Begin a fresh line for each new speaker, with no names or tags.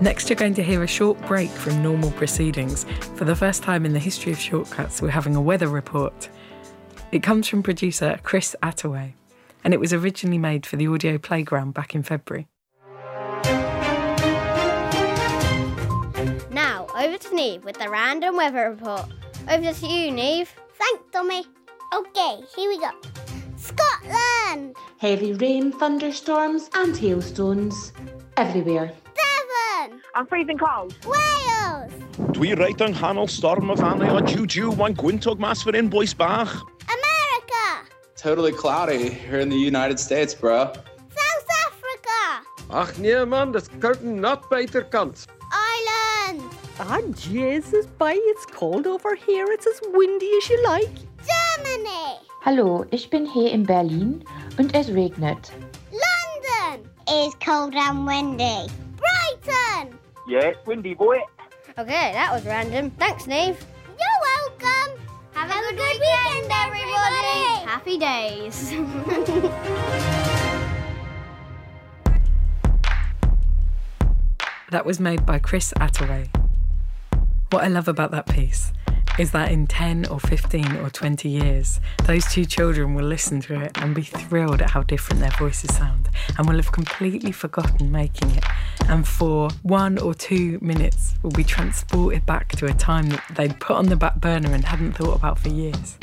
Next, you're going to hear a short break from normal proceedings. For the first time in the history of shortcuts, we're having a weather report. It comes from producer Chris Attaway, and it was originally made for the Audio Playground back in February.
Now, over to Neve with the random weather report. Over to you, Neve.
Thanks, Tommy. Okay, here we go. Scotland,
Heavy rain, thunderstorms, and hailstones everywhere.
Devon,
I'm freezing cold.
Wales,
Dwi reit yng nghanol storm o fannau o jiw-jiw mae'n gwyntog mas fan hyn, bois bach.
America,
totally cloudy here in the United States, bro.
South Africa,
Ach nee man, dis koud en nat buitekant.
Ireland,
Ah, Jesus, bye. It's cold over here. It's as windy as you like.
Germany,
Hallo, ich bin hier in Berlin und es regnet.
London. It's cold and windy. Brighton,
Yeah, windy boy.
Okay, that was random. Thanks, Neve.
you're welcome.
Have,
a good weekend, everybody.
Happy days.
That was made by Chris Attaway. What I love about that piece is that in 10 or 15 or 20 years, those two children will listen to it and be thrilled at how different their voices sound and will have completely forgotten making it. And for one or two minutes, will be transported back to a time that they'd put on the back burner and hadn't thought about for years.